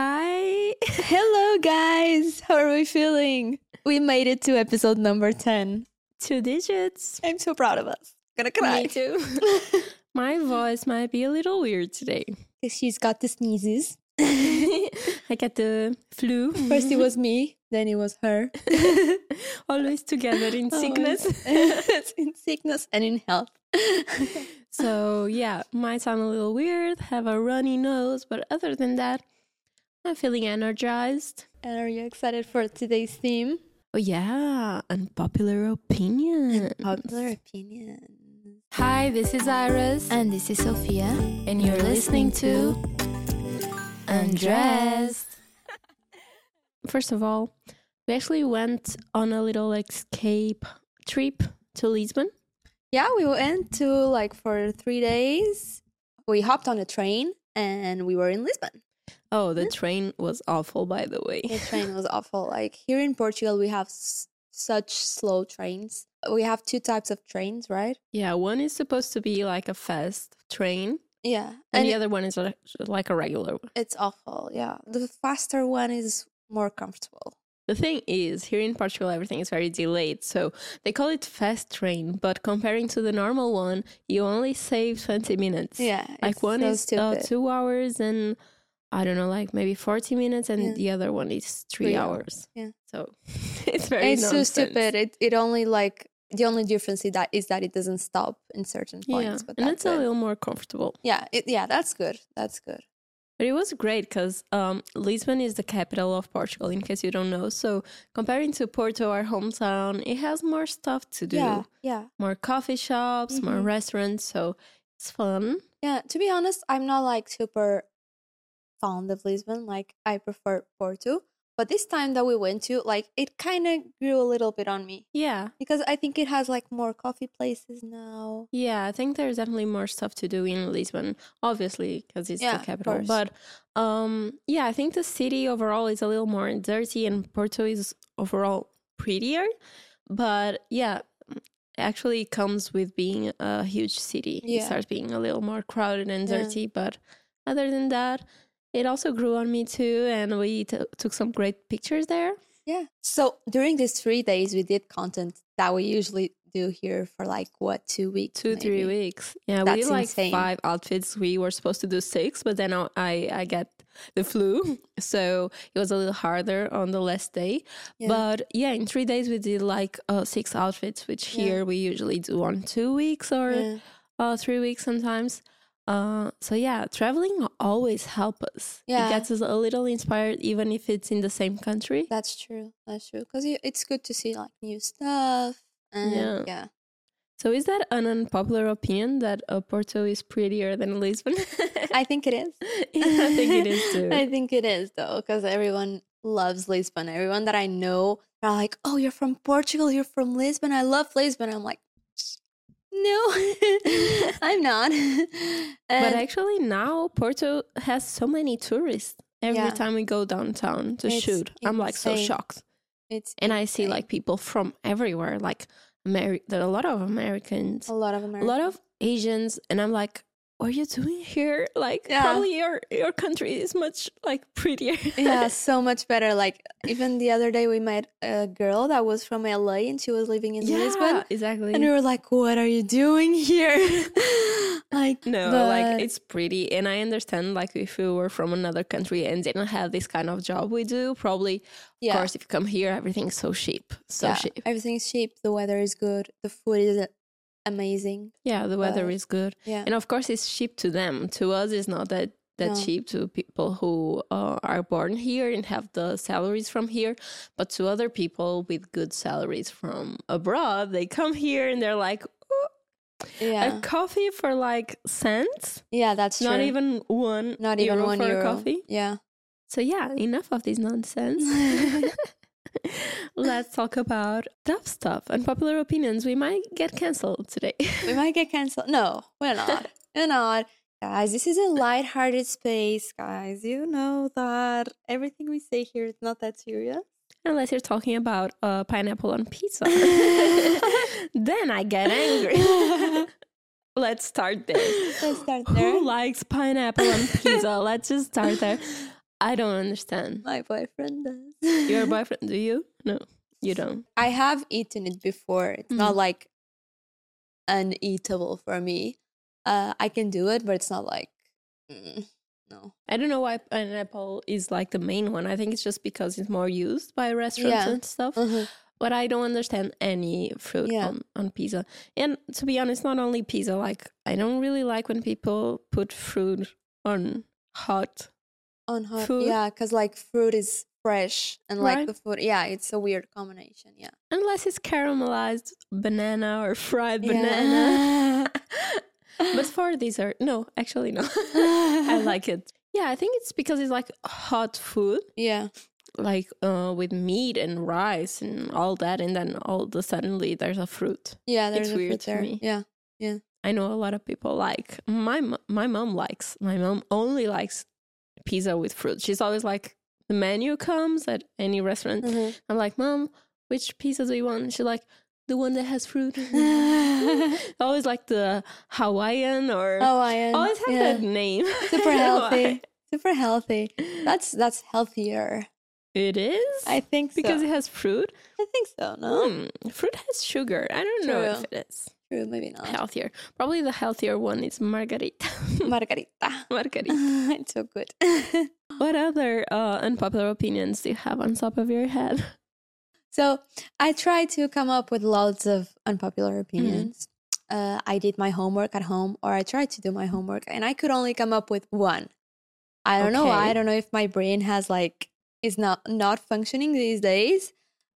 Hi. Hello, guys. How are we feeling? We made it to episode number 10. Two digits. I'm so proud of us. Gonna cry. Me too. My voice might be a little weird today. She's got the sneezes. I got the flu. First, it was me, then it was her. Always together in sickness. it's in sickness and in health. So, yeah, might sound a little weird, have a runny nose, but other than that, I'm feeling energized. And are you excited for today's theme? Oh, yeah, unpopular opinion. Popular opinion. Hi, this is Iris, And this is Sophia, and you're listening to Undressed. First of all, we actually went on a little escape trip to Lisbon. Yeah, we went to like for three days. We hopped on a train and we were in Lisbon. Oh, the train was awful, by the way. The train was awful. Like here in Portugal, we have s- such slow trains. We have two types of trains, right? Yeah, one is supposed to be like a fast train, Yeah. and, And, the other one is a, like a regular one. it's awful. Yeah. The faster one is more comfortable. The thing is, here in Portugal, everything is very delayed, so they call it fast train. But comparing to the normal one, you only save twenty minutes. Yeah. like it's one so is uh, stupid. two hours and I don't know, like maybe forty minutes, and Yeah. the other one is three, Three hours. hours, yeah. so it's very It's nonsense. so stupid. It, it only like the only difference is that is that it doesn't stop in certain Yeah, points. But and it's that's a it. little more comfortable. yeah, it, yeah, that's good. That's good. But it was great because um, Lisbon is the capital of Portugal, in case you don't know. So, comparing to Porto, our hometown, it has more stuff to do Yeah, yeah. more coffee shops, more Mhm. restaurants. So, it's fun. Yeah, to be honest, I'm not like super fond of Lisbon. Like I prefer Porto. But this time that we went to, like it kind of grew a little bit on me Yeah. because I think it has like more coffee places now. Yeah. I think there's definitely more stuff to do in Lisbon, obviously, because it's Yeah, the of capital. course. But um, yeah, I think the city overall is a little more dirty and Porto is overall prettier. But yeah, actually it comes with being a huge city. It Yeah. starts being a little more crowded and Yeah. dirty. But other than that, it also grew on me too. And we t- took some great pictures there. Yeah. So during these three days, we did content that we usually do here for like what two weeks, Two, three maybe. weeks. Yeah, we That's did like insane. five outfits. We were supposed to do six, but then I, I I get the flu. So it was a little harder on the last day. Yeah. But yeah, in three days, we did like uh, six outfits, which Yeah. here we usually do on two weeks or Yeah. uh, three weeks sometimes. Uh, so yeah, traveling always helps us. Yeah. It gets us a little inspired, even if it's in the same country. That's true. That's true. Because it's good to see like new stuff. And Yeah. yeah. so is that an unpopular opinion that uh, Porto is prettier than Lisbon? I think it is. Yeah, I think it is too. I think it is though, because everyone loves Lisbon. Everyone that I know are like, "Oh, you're from Portugal. You're from Lisbon. I love Lisbon." I'm like, "No, I'm not." But And actually, now Porto has so many tourists. Every Yeah. time we go downtown to It's shoot, I'm like so insane. shocked. it's And I see insane. like people from everywhere, like Ameri- there are a lot of Americans, a lot of a Americans. lot of Asians, and I'm like, what are you doing here? Like, Yeah. probably your your country is much like prettier. yeah, so much better. Like even the other day, we met a girl that was from LA and she was living in yeah, Lisbon, exactly. and we were like, "What are you doing here?" like No, but- like it's pretty, and I understand. Like if you were from another country and didn't have this kind of job we do, probably yeah. of course if you come here, everything's so cheap, so yeah, cheap. Everything's cheap. The weather is good. The food is amazing. Yeah, the weather But- is good, Yeah. and of course it's cheap to them. To us, it's not that that No. cheap to people who uh, are born here and have the salaries from here, but to other people with good salaries from abroad, they come here and they're like. "Oh, yeah. A coffee for like cents, yeah, that's true. not even one, not even euro one for euro. a coffee. Yeah. So yeah, enough of this nonsense. Let's talk about tough stuff, unpopular opinions. We might get canceled today. we might get canceled. No, we're not. we're not. Guys, this is a light-hearted space, guys. You know that everything we say here is not that serious. Unless you're talking about uh, pineapple on pizza. then I get angry. Let's start there. Let's start there. Who likes pineapple on pizza? Let's just start there. I don't understand. My boyfriend does. Your boyfriend, do you? No, you don't. I have eaten it before. It's Mm-hmm. not like uneatable for me. Uh, I can do it, but it's not like mm, no. I don't know why pineapple is like the main one. I think it's just because it's more used by restaurants Yeah. and stuff. But I don't understand any fruit Yeah. on, on pizza. And to be honest, not only pizza, like I don't really like when people put fruit on hot. On hot, Food? yeah, because like fruit is fresh and like Right. the food, yeah, it's a weird combination, yeah. Unless it's caramelized banana or fried Yeah. banana. but for dessert, no, actually no. I like it. Yeah, I think it's because it's like hot food, yeah, like uh, with meat and rice and all that, and then all of a suddenly there's a fruit. yeah. It's There's a weird fruit to there. me. Yeah, I know a lot of people like my m- my mom likes my mom only likes pizza with fruit. She's always like the menu comes at any restaurant. Mm. I'm like, mom, which pizza do you want? She's like the one that has fruit. always like the Hawaiian or Hawaiian. always have Oh, yeah. that name. Super I don't know healthy. Super healthy. why. That's that's healthier. It is I think so. because it has fruit. I think so. No, Mm, fruit has sugar. I don't know if True. Uh-huh. it is True, maybe not. healthier. Probably the healthier one is margarita. Margarita. margarita. it's so good. What other uh, unpopular opinions do you have on top of your head? so I try to come up with lots of unpopular opinions. Uh, I did my homework at home, or I tried to do my homework, and I could only come up with one. I don't know why. Okay. I don't know if my brain has like is not not functioning these days.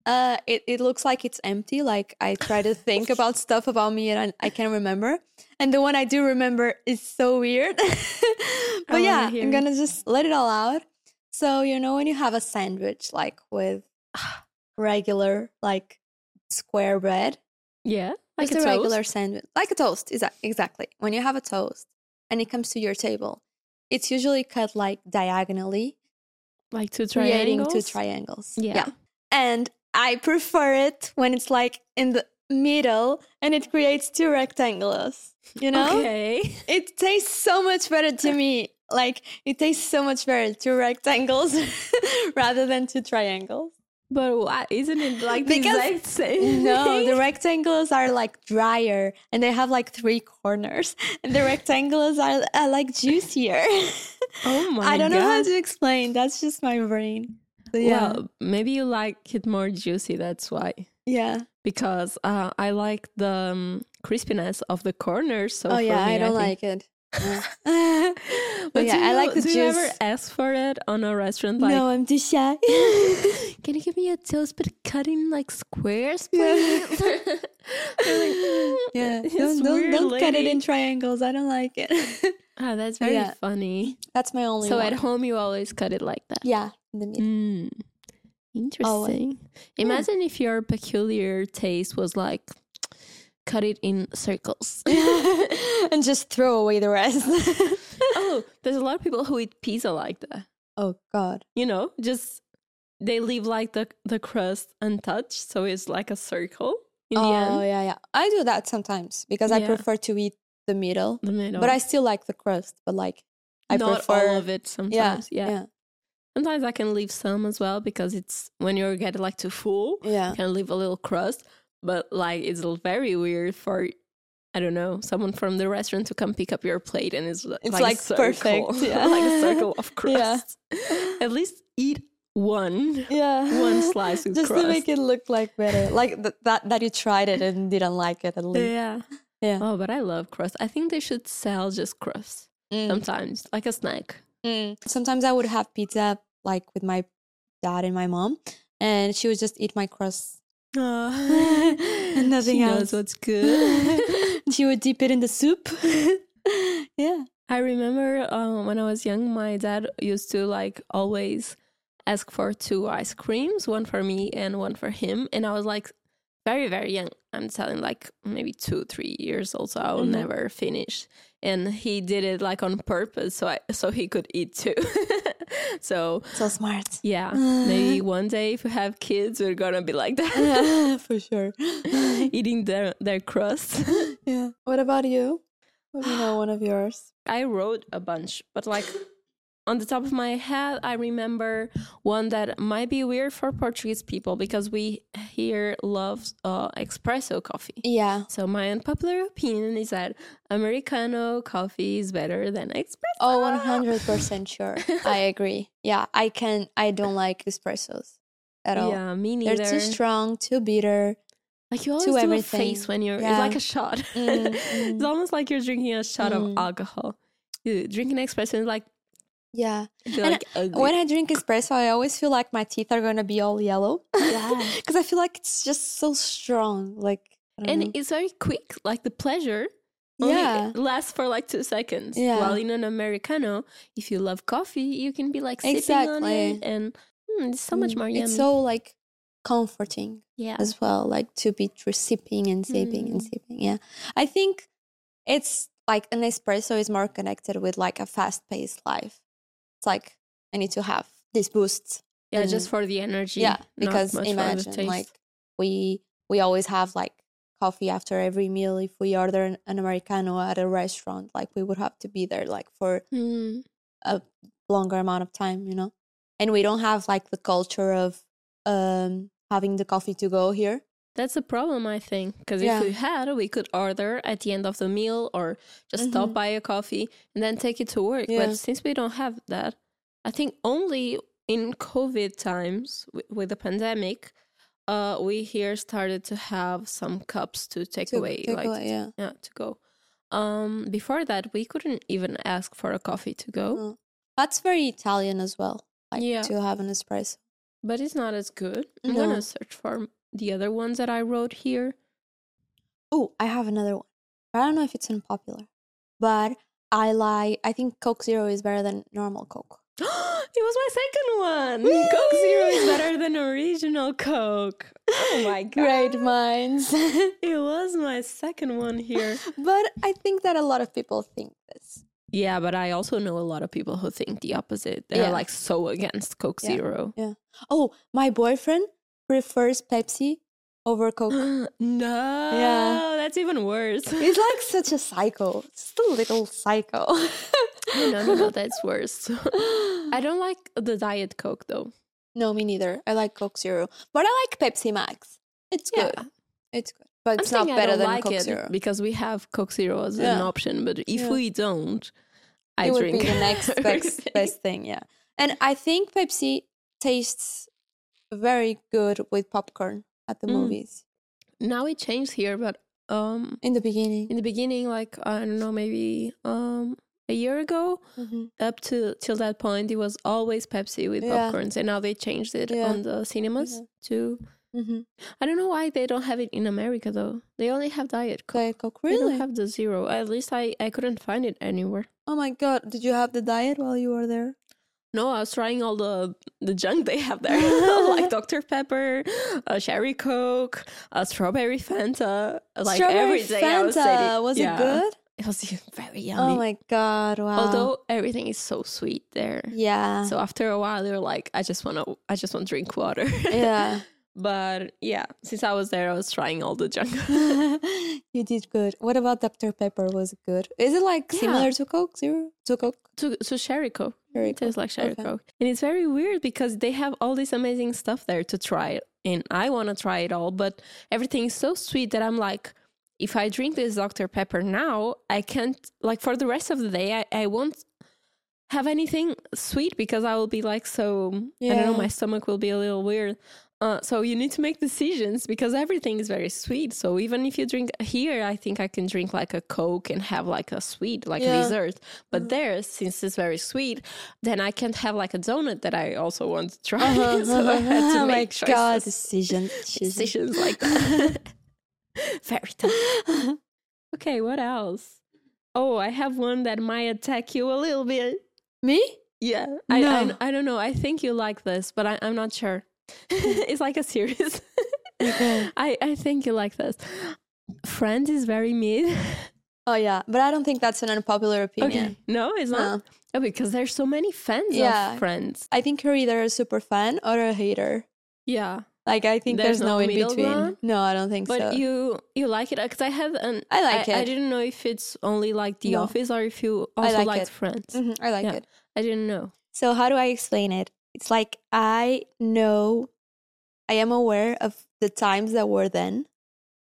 Uh, it it looks like it's empty. Like I try to think about stuff about me, and I, I can't remember. And the one I do remember is so weird. but wanna yeah, hear I'm it. gonna just let it all out. So you know when you have a sandwich like with regular like square bread, Yeah, like just a a, toast? regular sandwich, like a toast, exa- exactly. When you have a toast and it comes to your table, it's usually cut like diagonally, like two creating triangles. two triangles. Yeah. and I prefer it when it's like in the middle and it creates two rectangles. You know. Okay. It tastes so much better to me. Like it tastes so much better two rectangles rather than two triangles. But why isn't it like the Because- exact same? No, thing? the rectangles are like drier and they have like three corners. And the rectangles are, are like juicier. oh my god. I don't know how to explain. That's just my brain. So, yeah. Well, maybe you like it more juicy. That's why. yeah. Because uh, I like the um, crispiness of the corners. So Oh for yeah, me, I don't think- like it. Yeah. But yeah, do I you- like the do you juice. ever ask for it on a restaurant? Like, no, I'm too shy. can you give me a toast but cut in like squares, Yeah. please? I'm like, "Mm, yeah. this Don't don't, weird don't cut it lady." in triangles. I don't like it. Oh, that's very Yeah. funny. That's my only so one. at home, you always cut it like that. Yeah, in the middle. Mm. Interesting. Imagine if your peculiar taste was like cut it in circles. and just throw away the rest. oh, there's a lot of people who eat pizza like that. oh god. You know, just they leave like the the crust untouched, so it's like a circle in the oh end. yeah, yeah. I do that sometimes because I Yeah. prefer to eat the middle, The middle, but I still like the crust. But like, I not prefer all of it Yeah, sometimes. yeah, yeah, yeah, sometimes I can leave some as well because it's when you get like too full. can leave a little crust, but like it's l- very weird for I don't know someone from the restaurant to come pick up your plate and it's, l- It's, like, a like, perfect, circle, yeah. like a circle of Yeah. crust. At least eat one. yeah. One slice with just to make crust. it look like better, like th- that that you tried it and didn't like it at least. Yeah. Yeah. Oh, but I love crust. I think they should sell just crust Mm, sometimes, like a snack. mm. Sometimes I would have pizza like with my dad and my mom, and she would just eat my crust And nothing she else. Knows what's good. she would dip it in the soup. yeah. I remember uh, when I was young, my dad used to like always ask for two ice creams, one for me and one for him. And I was like very, very young. I'm telling like maybe two, three years old, so I will Mhm. never finish. And he did it like on purpose, so I so he could eat two. so So smart. yeah, maybe one day if we have kids, we're gonna be like that, For sure. eating their their crust. yeah. What about you? Let me know one of yours. I wrote a bunch, but like on the top of my head, I remember one that might be weird for Portuguese people because we here love uh, espresso coffee. Yeah. So my unpopular opinion is that Americano coffee is better than espresso. Oh, 100% sure. I agree. Yeah, I can. I don't like espressos at all. Yeah, me They're neither. too strong, too bitter. Like you always to do everything. a face when you're. Yeah. It's like a shot. Mm, it's mm. almost like you're drinking a shot Mm. of alcohol. You drink an espresso and like, Yeah. you feel And like ugly. When I drink espresso, I always feel like my teeth are going to be all yellow. Yeah. Because I feel like it's just so strong. Like, I don't and know. it's very quick. Like the pleasure only yeah. lasts for like two seconds. Yeah. While in an americano, if you love coffee, you can be like sipping on Exactly. it, and mm, it's so much Mm. more yummy. It's so like comforting yeah, as well, like to be through sipping and sipping and Mm. sipping. Yeah. I think it's like an espresso is more connected with like a fast paced life. It's like I need to have this boost. yeah, and- just for the energy. yeah. not Because much for the imagine taste. like we we always have like coffee after every meal if we order an, an Americano at a restaurant, like we would have to be there like for Mm. longer amount of time, you know. And we don't have like the culture of um having the coffee to go here. That's a problem, I think, because Yeah. if we had, we could order at the end of the meal or just Mhm. stop by a coffee and then take it to work. Yeah. But since we don't have that, I think only in COVID times w- with the pandemic, uh, we here started to have some cups to take To away, take like away, yeah. yeah, to go. Um, before that, we couldn't even ask for a coffee to go, Mm. That's very Italian as well. Like Yeah. to have an espresso. but it's not as good. I'm gonna No. search for the other ones that I wrote here. Oh, I have another one. I don't know if it's unpopular, but I like. I think Coke Zero is better than normal Coke. it was my second one. Coke Zero is better than original Coke. Oh my god. Great minds. but It was my second one here. I think that a lot of people think this. yeah, but I also know a lot of people who think the opposite. They're Yeah. like so against Coke Yeah. Zero. Oh, my boyfriend prefers Pepsi over Coke. no. That's even worse. He's like such a psycho. Just a little psycho. no, no, no, that's worse. I don't like the Diet Coke though. no, me neither. I like Coke Zero, but I like Pepsi Max. It's good. It's good, but it's I'm not saying better I don't than like Coke it Zero. because we have Coke Zero as an Yeah. option. But if Yeah. we don't, I it would drink be the next best, everything. best thing, yeah. And I think Pepsi tastes very good with popcorn at the Mm. movies now it changed here, but um, in the beginning. in the beginning, like I don't know, maybe um a year ago, Mhm. up to till that point, it was always Pepsi with Yeah. popcorns, and now they changed it Yeah. Mm-hmm. on the cinemas Yeah. to. Mhm. I don't know why they don't have it in America though. They only have diet coke. Diet Coke, They really? don't have the zero. At least I I couldn't find it anywhere. oh my god! Did you have the diet while you were there? No, I was trying all the the junk they have there, like Dr Pepper, uh, cherry coke, uh, strawberry Fanta. Like every day I was Fanta, eating- was Yeah. it good? It was very yummy. Oh my god! Wow. Although everything is so sweet there. yeah, So after a while you're like, I just wanna I just want to drink water. yeah. but yeah, since I was there I was trying all the junk. you did good. What about Dr. Pepper? Was it good? Is it like Yeah. similar to Coke Zero? To Coke? to to Sherry Coke. Very It tastes like Sherry Okay. Coke. And it's very weird because they have all this amazing stuff there to try. And I wanna try it all, but everything is so sweet that I'm like if I drink this Dr. Pepper now, I can't like for the rest of the day I, I won't have anything sweet because I will be like so I don't know, Yeah. my stomach will be a little weird. Uh, so you need to make decisions because everything is very sweet. So even if you drink here, I think I can drink like a Coke and have like a sweet, like Yeah. dessert. But Mhm. there, since it's very sweet, then I can't have like a donut that I also want to try. Uh-huh, so I had to uh-huh. make oh my god, choices, decision. decision. decisions like that. very tough. Okay, what else? Oh, I have one that might attack you a little bit. Me? Yeah, I, I- No. I, don't know. I think you like this, but I, I'm not sure. it's like a series. Okay. I, I think you like this. Friends is very mid. Oh yeah, but I don't think that's an unpopular opinion. Okay. No, it's not. No. Oh, because there's so many fans Yeah. of Friends. I think you're either a super fan or a hater. Yeah. Like I think there's, There's no, no in middle between. ground? No, I don't think But so. you you like it because I have an I like I it. didn't know if it's only like The No. Office or if you also like liked it. Friends. Mhm, I like Yeah. it. I didn't know. So how do I explain it? It's like I know I am aware of the times that were then,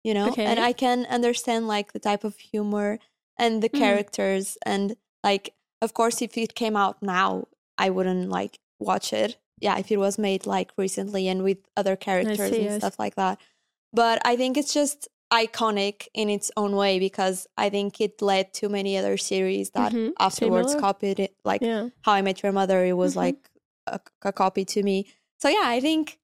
you know, and Okay. I can understand like the type of humor and the Mm. characters and like of course if it came out now, I wouldn't like watch it. Yeah, if it was made like recently and with other characters see, I and stuff like that. But I think it's just iconic in its own way because I think it led to many other series that Mhm. afterwards Similar. copied it like Yeah. how I Met Your Mother. It was Mhm. like a, a copy to me. So yeah, I think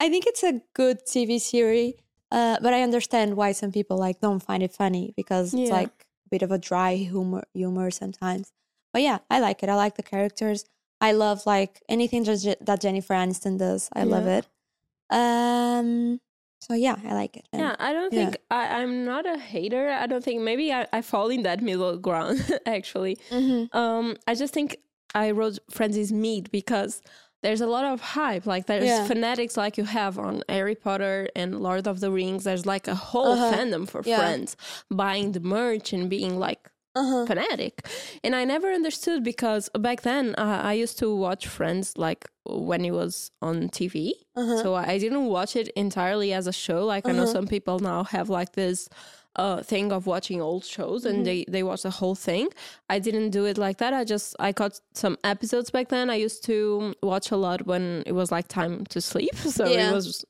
I think it's a good TV series, uh, but I understand why some people like don't find it funny because it's Yeah. like a bit of a dry humor humor sometimes. But yeah, I like it. I like the characters. I love like anything that, Je- that Jennifer Aniston does. I love Yeah. it. Um. So yeah, I like it. And Yeah, I don't yeah. think I, I'm not a hater. I don't think maybe I, I fall in that middle ground actually. Mhm. Um, I just think I wrote Friends is meat because there's a lot of hype. Like there's Yeah. fanatics like you have on Harry Potter and Lord of the Rings. There's like a whole Uh-huh. fandom for Yeah. Friends, buying the merch and being like Uh-huh. fanatic. And I never understood because back then uh, I used to watch Friends like when it was on TV. Uh-huh. So I didn't watch it entirely as a show. Like I know Uh-huh. some people now have like this uh, thing of watching old shows Mhm. and they they watch the whole thing. I didn't do it like that. I just I caught some episodes back then. I used to watch a lot when it was like time to sleep. So Yeah. it was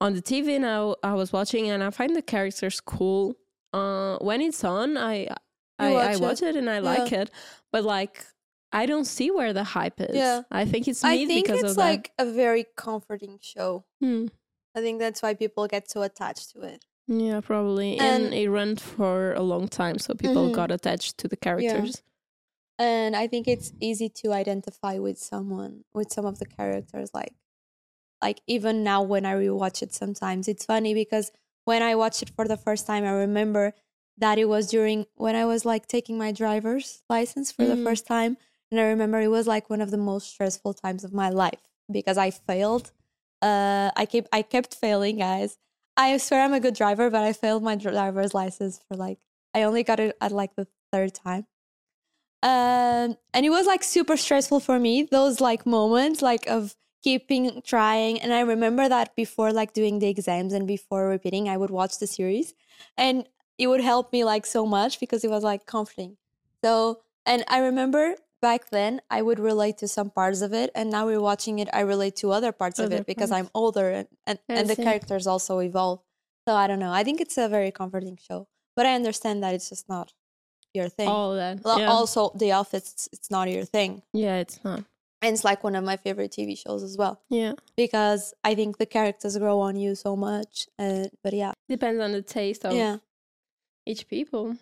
on the TV. Now I was watching and I find the characters cool. Uh, when it's on, I I, watch I it. watch it and I like it. But like I don't see where the hype is. Yeah. I think it's me I think because it's of that. like a very comforting show. Hmm. I think that's why people get so attached to it. Yeah, probably. And- And, it ran for a long time, so people Mhm. got attached to the characters. And I think it's easy to identify with someone, with some of the characters. Like, like even now when I rewatch it, sometimes it's funny because when I watched it for the first time, I remember that it was during when I was like taking my driver's license for the Mm. first time, and I remember it was like one of the most stressful times of my life because I failed. Uh, I kept I kept failing, guys. I swear I'm a good driver, but I failed my driver's license for like I only got it at like the third time. Um, and it was like super stressful for me. Those like moments, like of keeping trying. And I remember that before like doing the exams and before repeating, I would watch the series, and it would help me like so much because it was like comforting. So, and I remember back then I would relate to some parts of it, and now we're watching it. I relate to other parts of Other it because parts. I'm older and and, I and the see. characters also evolve. So I don't know. I think it's a very comforting show, but I understand that it's just not your thing. All that. Well, yeah. Also, The Office, it's- it's not your thing. yeah, it's not. And it's like one of my favorite TV shows as well Yeah. because I think the characters grow on you so much. And but yeah, Depends on the taste of yeah. each people.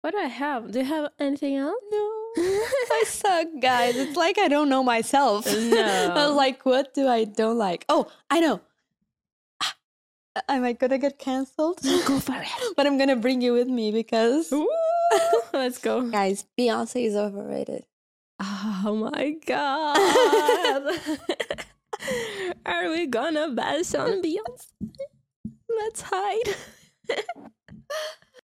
What do I have? Do you have anything else? No, I suck, guys. It's like I don't know myself. I No. was like, what do I don't like? Oh, I know. Ah, Am I gonna get canceled? Go for it. but I'm gonna bring you with me because Ooh, let's go. guys, Beyonce is overrated. Oh my god. Are we gonna bash on Beyonce? Let's hide.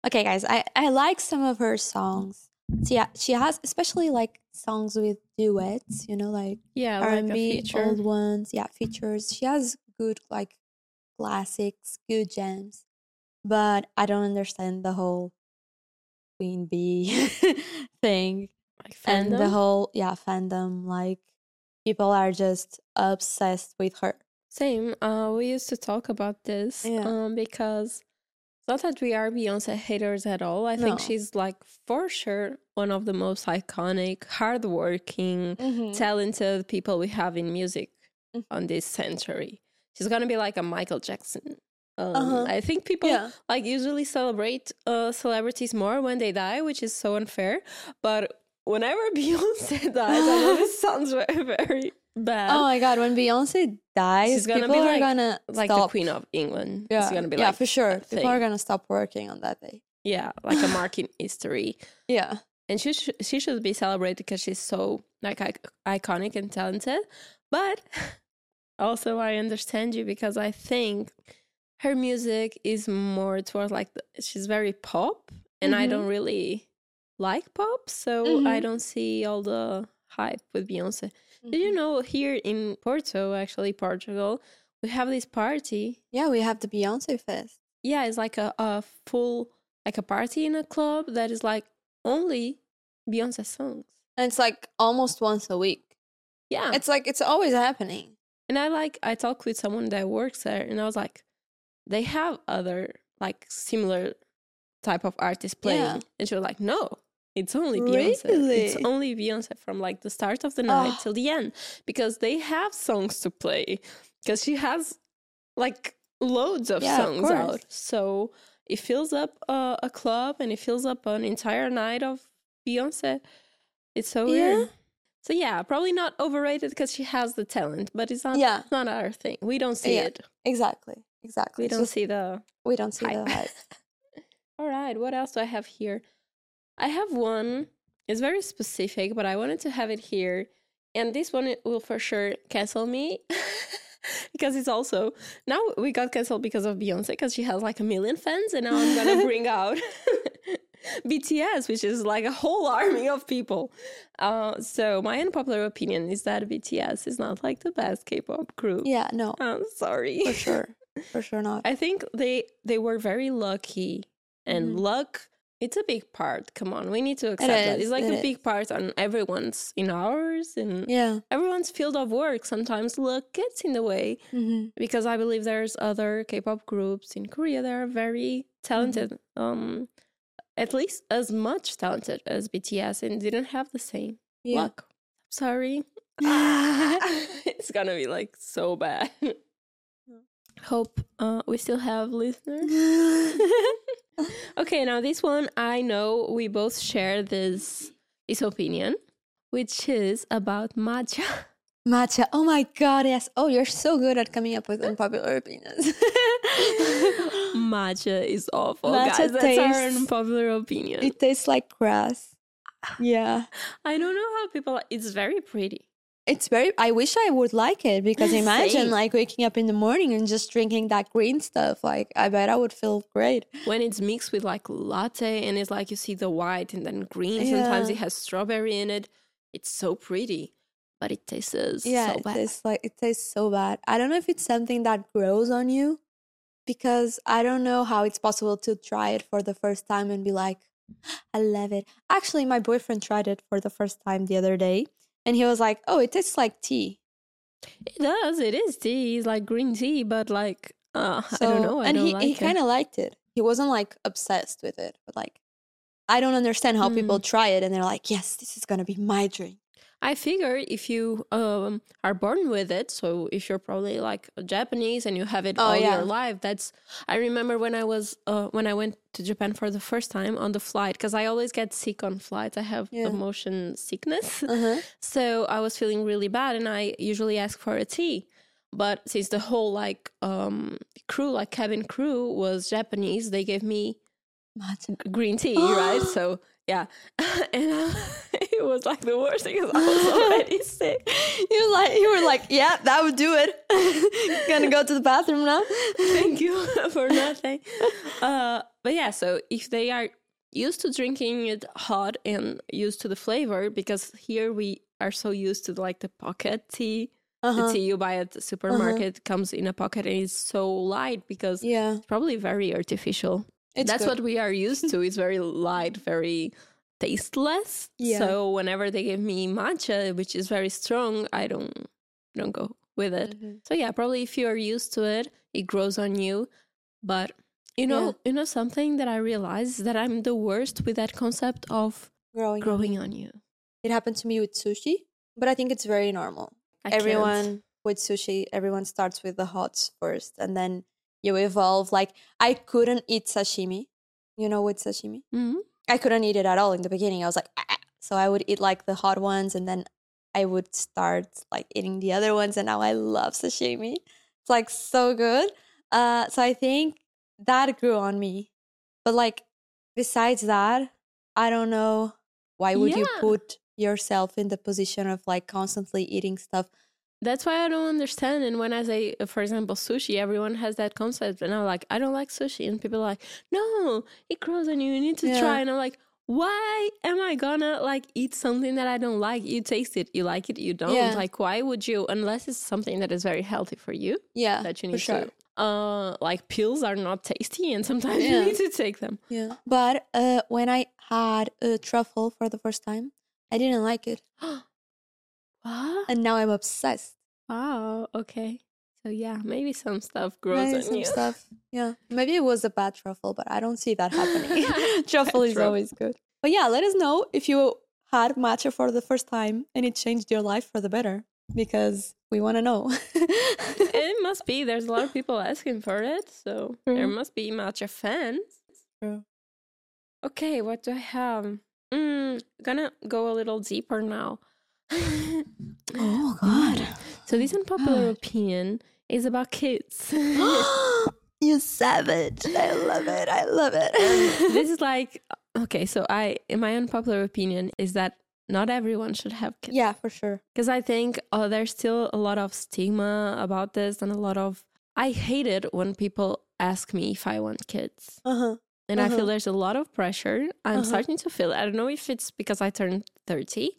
Okay, guys, I, I like some of her songs. So yeah, she has especially like songs with duets, you know, like Yeah, R like and a B feature. old ones. Yeah, features. She has good like classics, good gems. But I don't understand the whole Queen Bee thing like and the fandom. whole yeah fandom. Like people are just obsessed with her. Same. Uh, we used to talk about this Yeah. um, because it's not that we are Beyonce haters at all. I No. think she's like for sure one of the most iconic, hardworking, talented people we have in music Mhm. on this century. She's gonna be like a Michael Jackson. Um, Uh-huh. I think people Yeah, like usually celebrate uh, celebrities more when they die, which is so unfair. But whenever Beyonce dies, I know this sounds very, very bad. Oh my god, when Beyonce dies, She's gonna be people are like- gonna like stop. the Queen of England. Yeah, It's gonna be yeah, like for sure. People are thing. gonna stop working on that day. yeah, like a mark in history. Yeah, And she sh- she should be celebrated because she's so like I- iconic and talented. But also I understand you because I think her music is more towards like the, she's very pop, and I Mhm. don't really like pop, so I Mhm. don't see all the hype with Beyonce. Did you Mhm. know here in Porto, actually Portugal, we have this party Yeah, we have the Beyonce Fest. yeah, it's like a, a full like a party in a club that is like only Beyonce songs. And it's like almost once a week. Yeah. It's like it's always happening. and I like I talked with someone that works there and I was like, they have other like similar type of artists playing. Yeah. And she was like, No, it's only Beyonce. It's Really? only Beyonce from like the start of the night Ah. till the end. Because they have songs to play. Because she has like loads of Yeah, of songs course. out. So it fills up uh, a club and it fills up an entire night of Beyonce. It's so Yeah. weird. So yeah, probably not overrated because she has the talent, but it's not Yeah. it's not our thing. We don't see Yeah. it. Exactly. Exactly. We It's don't just- see the we don't see hype. the hype. All right, what else do I have here? I have one. It's very specific, but I wanted to have it here. And this one will for sure cancel me. because it's also now we got canceled because of Beyonce because she has like a million fans and now I'm going to bring out BTS which is like a whole army of people. Uh, so my unpopular opinion is that BTS is not like the best K-pop group. yeah, no, I'm sorry. for sure. For sure not. I think they they were very lucky, and Mhm. luck it's a big part. Come on, we need to accept that. is, It's like it a big part on everyone's in ours and yeah. everyone's field of work. Sometimes luck gets in the way hmm because I believe there's other K-pop groups in Korea that are very Mm-hmm. talented. Um, at least as much talented as BTS, and didn't have the same Yeah. luck. Sorry. Ah, it's gonna be like so bad. Hope uh, we still have listeners. okay, now this one I know we both share this this opinion, which is about matcha. Matcha. Oh my god, yes. Oh, you're so good at coming up with unpopular opinions. matcha is awful, Matcha guys. That's our tastes- unpopular opinion. it tastes like grass. Yeah. I don't know how people. It's very pretty. It's very I wish I would like it because imagine Same. like waking up in the morning and just drinking that green stuff. Like I bet I would feel great. when it's mixed with like latte and it's like you see the white and then green sometimes Yeah. it has strawberry in it it's so pretty but it tastes yeah so it bad tastes like it tastes so bad i don't know if it's something that grows on you because i don't know how it's possible to try it for the first time and be like i love it actually my boyfriend tried it for the first time the other day and he was like oh it tastes like tea it does it is tea it's like green tea but like uh, i don't So- know I and don't he, like he it. kind of liked it he wasn't like obsessed with it but like i don't understand how people Mm. try it and they're like yes this is gonna be my drink I figure if you um, are born with it, so if you're probably like a Japanese and you have it Oh, all yeah. your life, that's. I remember when I was uh, when I went to Japan for the first time on the flight because I always get sick on flights. I have Yeah. a motion sickness, uh-huh. so I was feeling really bad, and I usually ask for a tea. But since the whole like um, crew, like cabin crew, was Japanese, they gave me matcha green tea, right? So yeah, and uh, it was like the worst thing because I was already sick. you like you were like yeah that would do it gonna go to the bathroom now Thank you for nothing. Uh, but yeah, so if they are used to drinking it hot and used to the flavor, because here we are so used to like the pocket tea. The Uh-huh. tea you buy at the supermarket comes in a pocket and it's so light because Yeah, it's probably very artificial. it's That's what good. we are used to. It's very light, very tasteless. Yeah. So whenever they give me matcha, which is very strong, I don't don't go with it. Mhm. So yeah, probably if you are used to it, it grows on you. But you know, Yeah. you know something that I realized is that I'm the worst with that concept of growing. growing on you. It happened to me with sushi, but I think it's very normal. I can't. everyone with sushi, everyone starts with the hots first, and then you evolve. Like I couldn't eat sashimi. You know, with sashimi, Mhm. I couldn't eat it at all in the beginning. I was like, "Ah, ah." so I would eat like the hot ones, and then I would start like eating the other ones, and now I love sashimi. It's like so good. Uh, so I think that grew on me, but like besides that, I don't know why would you Yeah. put yourself in the position of like constantly eating stuff that's why I don't understand. And when I say, uh, for example, sushi, everyone has that concept, and I'm like, I don't like sushi, and people are like, no, it grows on you. You need to Yeah. try. And I'm like, why am I gonna like eat something that I don't like? You taste it, you like it, you don't. Yeah. Like, why would you? Unless it's something that is very healthy for you Yeah. that you Uh, for need sure. to. Uh, like pills are not tasty, and sometimes Yeah. you need to take them. Yeah. But uh, when I had a truffle for the first time, I didn't like it. What? And now I'm obsessed. Wow. Okay. So yeah, maybe some stuff grows Maybe on some you. stuff. Yeah. Maybe it was a bad truffle, but I don't see that happening. truffle is Truffle. always good. But yeah, let us know if you had matcha for the first time and it changed your life for the better because we want to know. it must be. There's a lot of people asking for it, so there True. must be matcha fans. Mm-hmm. True. Okay, what do I have? Mm, gonna go a little deeper now. oh, God. so this unpopular God. opinion is about kids. you savage. I love it. I love And it. this is like okay. So I, in my unpopular opinion, is that not everyone should have kids. yeah, for sure. because I think uh, there's still a lot of stigma about this, and a lot of I hate it when people ask me if I want kids, Uh huh. and I Uh-huh. feel there's a lot of pressure. I'm Uh-huh. starting to feel. it. I don't know if it's because I turned thirty.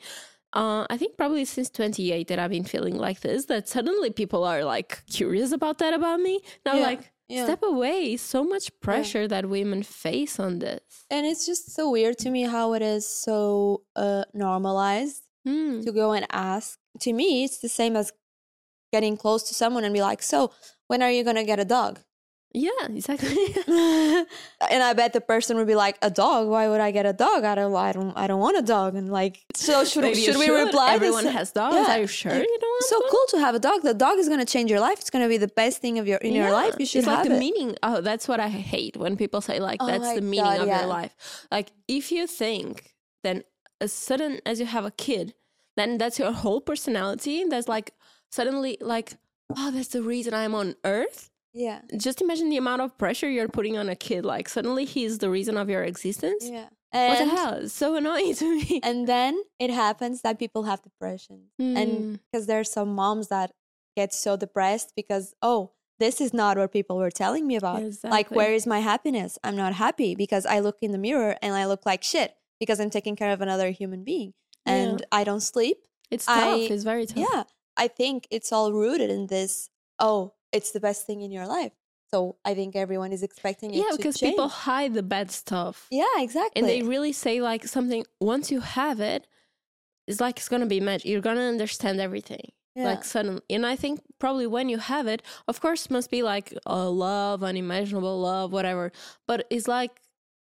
Uh, I think probably since 28 that I've been feeling like this. That suddenly people are like curious about that about me. Now, Yeah, like step away. So much pressure that women face on this. And it's just so weird to me how it is so uh, normalized Hmm. to go and ask. To me, it's the same as getting close to someone and be like, "So, when are you gonna get a dog?" Yeah, exactly. and I bet the person would be like, "A dog? Why would I get a dog? I don't. I don't. I don't want a dog." And like, so should Maybe you should we reply? the Everyone sa- has dogs. Yeah. Are you sure You- you don't want so one? cool to have a dog. The dog is gonna change your life. It's gonna be the best thing of your in your Yeah. life. You should it's have like the it. meaning. Oh, that's what I hate when people say like Oh that's my the meaning God, of yeah. your life. Like if you think then as sudden as you have a kid, then that's your whole personality. That's like suddenly like oh that's the reason I'm on earth. yeah. Just imagine the amount of pressure you're putting on a kid. Like suddenly he's the reason of your existence. Yeah. What the And, hell? It's so annoying to me. and then it happens that people have depression. and Mm. because there's some moms that get so depressed because oh this is not what people were telling me about like Exactly. where is my happiness i'm not happy because i look in the mirror and i look like shit because i'm taking care of another human being Yeah. and i don't sleep it's tough. I- it's very tough. yeah i think it's all rooted in this oh it's the best thing in your life so i think everyone is expecting it yeah to because change. people hide the bad stuff yeah exactly and they really say like something once you have it it's like it's gonna be magic you're gonna understand everything yeah. like suddenly and i think probably when you have it of course must be like a love unimaginable love whatever but it's like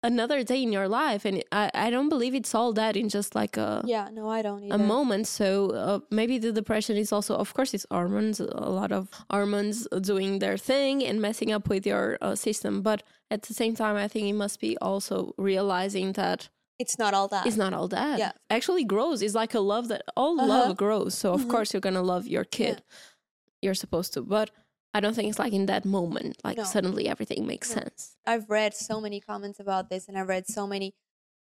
another day in your life and i, I don't believe it's all that in just like a yeah no i don't either. a moment. So uh, maybe the depression is also, of course, it's hormones, a lot of hormones doing their thing and messing up with your uh, system. But at the same time, I think it must be also realizing that it's not all that it's not all that. Yeah. Actually, grows is like a love that all Uh-huh. love grows. So, of Mhm. course, you're going to love your kid. You're supposed to. But I don't think it's like in that moment, like No. suddenly everything makes No. sense. I've read so many comments about this, and I've read so many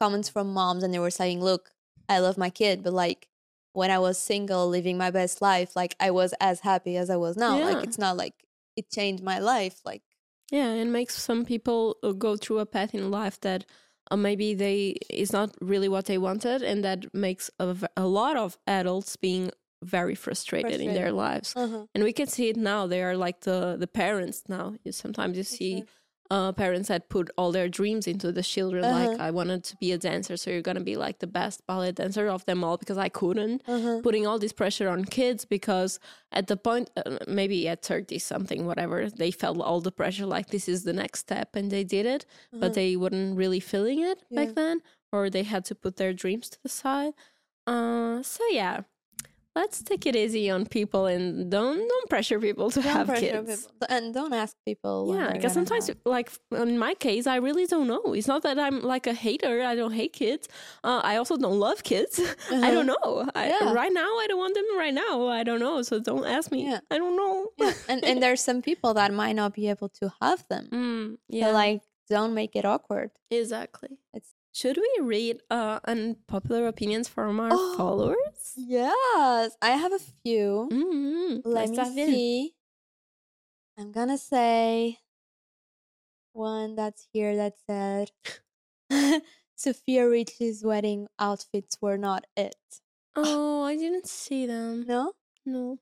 comments from moms, and they were saying, "Look, I love my kid, but like when I was single, living my best life, like I was as happy as I was now. Yeah. Like it's not like it changed my life. Like Yeah, and makes some people uh, go through a path in life that uh, maybe they is not really what they wanted, and that makes a, v- a lot of adults being very frustrated, in their Frustrated. lives. And we can see it now. They are like the the parents now. You, sometimes you For see sure. uh, parents that put all their dreams into the children. Like, Uh-huh. I wanted to be a dancer, so you're gonna be like the best ballet dancer of them all because I couldn't putting all this pressure on kids because at the point uh, maybe at 30 something whatever they felt all the pressure like this is the next step and they did it but they weren't really feeling it Yeah. back then or they had to put their dreams to the side uh so yeah let's take it easy on people and don't don't pressure people to have kids and don't ask people. when yeah, they're because gonna sometimes, have- like in my case, I really don't know. It's not that I'm like a hater. I don't hate kids. Uh, I also don't love kids. I don't know. I, Uh-huh. Yeah. Right now, I don't want them. Right now, I don't know. So don't ask me. Yeah. I don't know. Yeah. and and there's some people that might not be able to have them. Mm, So, yeah, like, don't make it awkward. exactly. It's Should we read uh, unpopular opinions from our Oh. followers? Yes, I have a few. Mm-hmm. Let me see. I'm gonna say one that's here that said Sophia Richie's wedding outfits were not it. Oh, I didn't see them. No? No.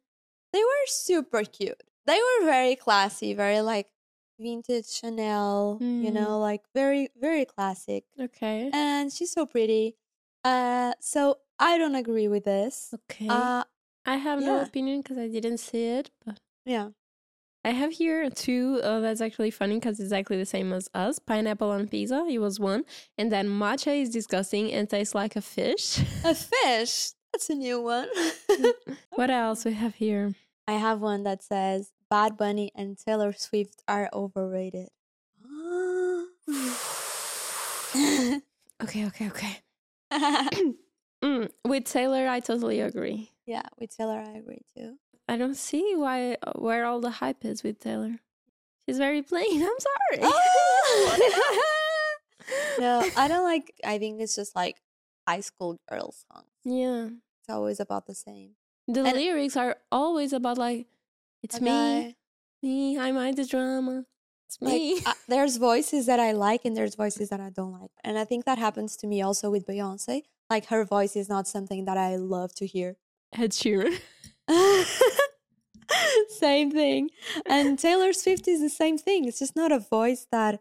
They were super cute. They were very classy, very like vintage Chanel, you Mm. know, like very, very classic. Okay. And she's so pretty. Uh so I don't agree with this. Okay. Uh I have no yeah. opinion because I didn't see it, but yeah. I have here two uh, that's actually funny because exactly the same as us. Pineapple on pizza, it was one. And then matcha is disgusting and tastes like a fish. A fish. That's a new one. Mm. what else we have here? I have one that says Bad Bunny and Taylor Swift are overrated. Okay, okay, okay. Mm, with Taylor, I totally agree. yeah, with Taylor I agree too. I don't see why uh, where all the hype is with Taylor. She's very plain. I'm sorry. Oh! no, I don't like I think it's just like high school girl songs. yeah. It's always about the same. The And- lyrics are always about like it's A me, guy- me, I mind the drama. It's Like, me. uh, there's voices that I like and there's voices that I don't like. And I think that happens to me also with Beyonce. Like her voice is not something that I love to hear. Ed Sheeran. same thing. And Taylor Swift is the same thing. It's just not a voice that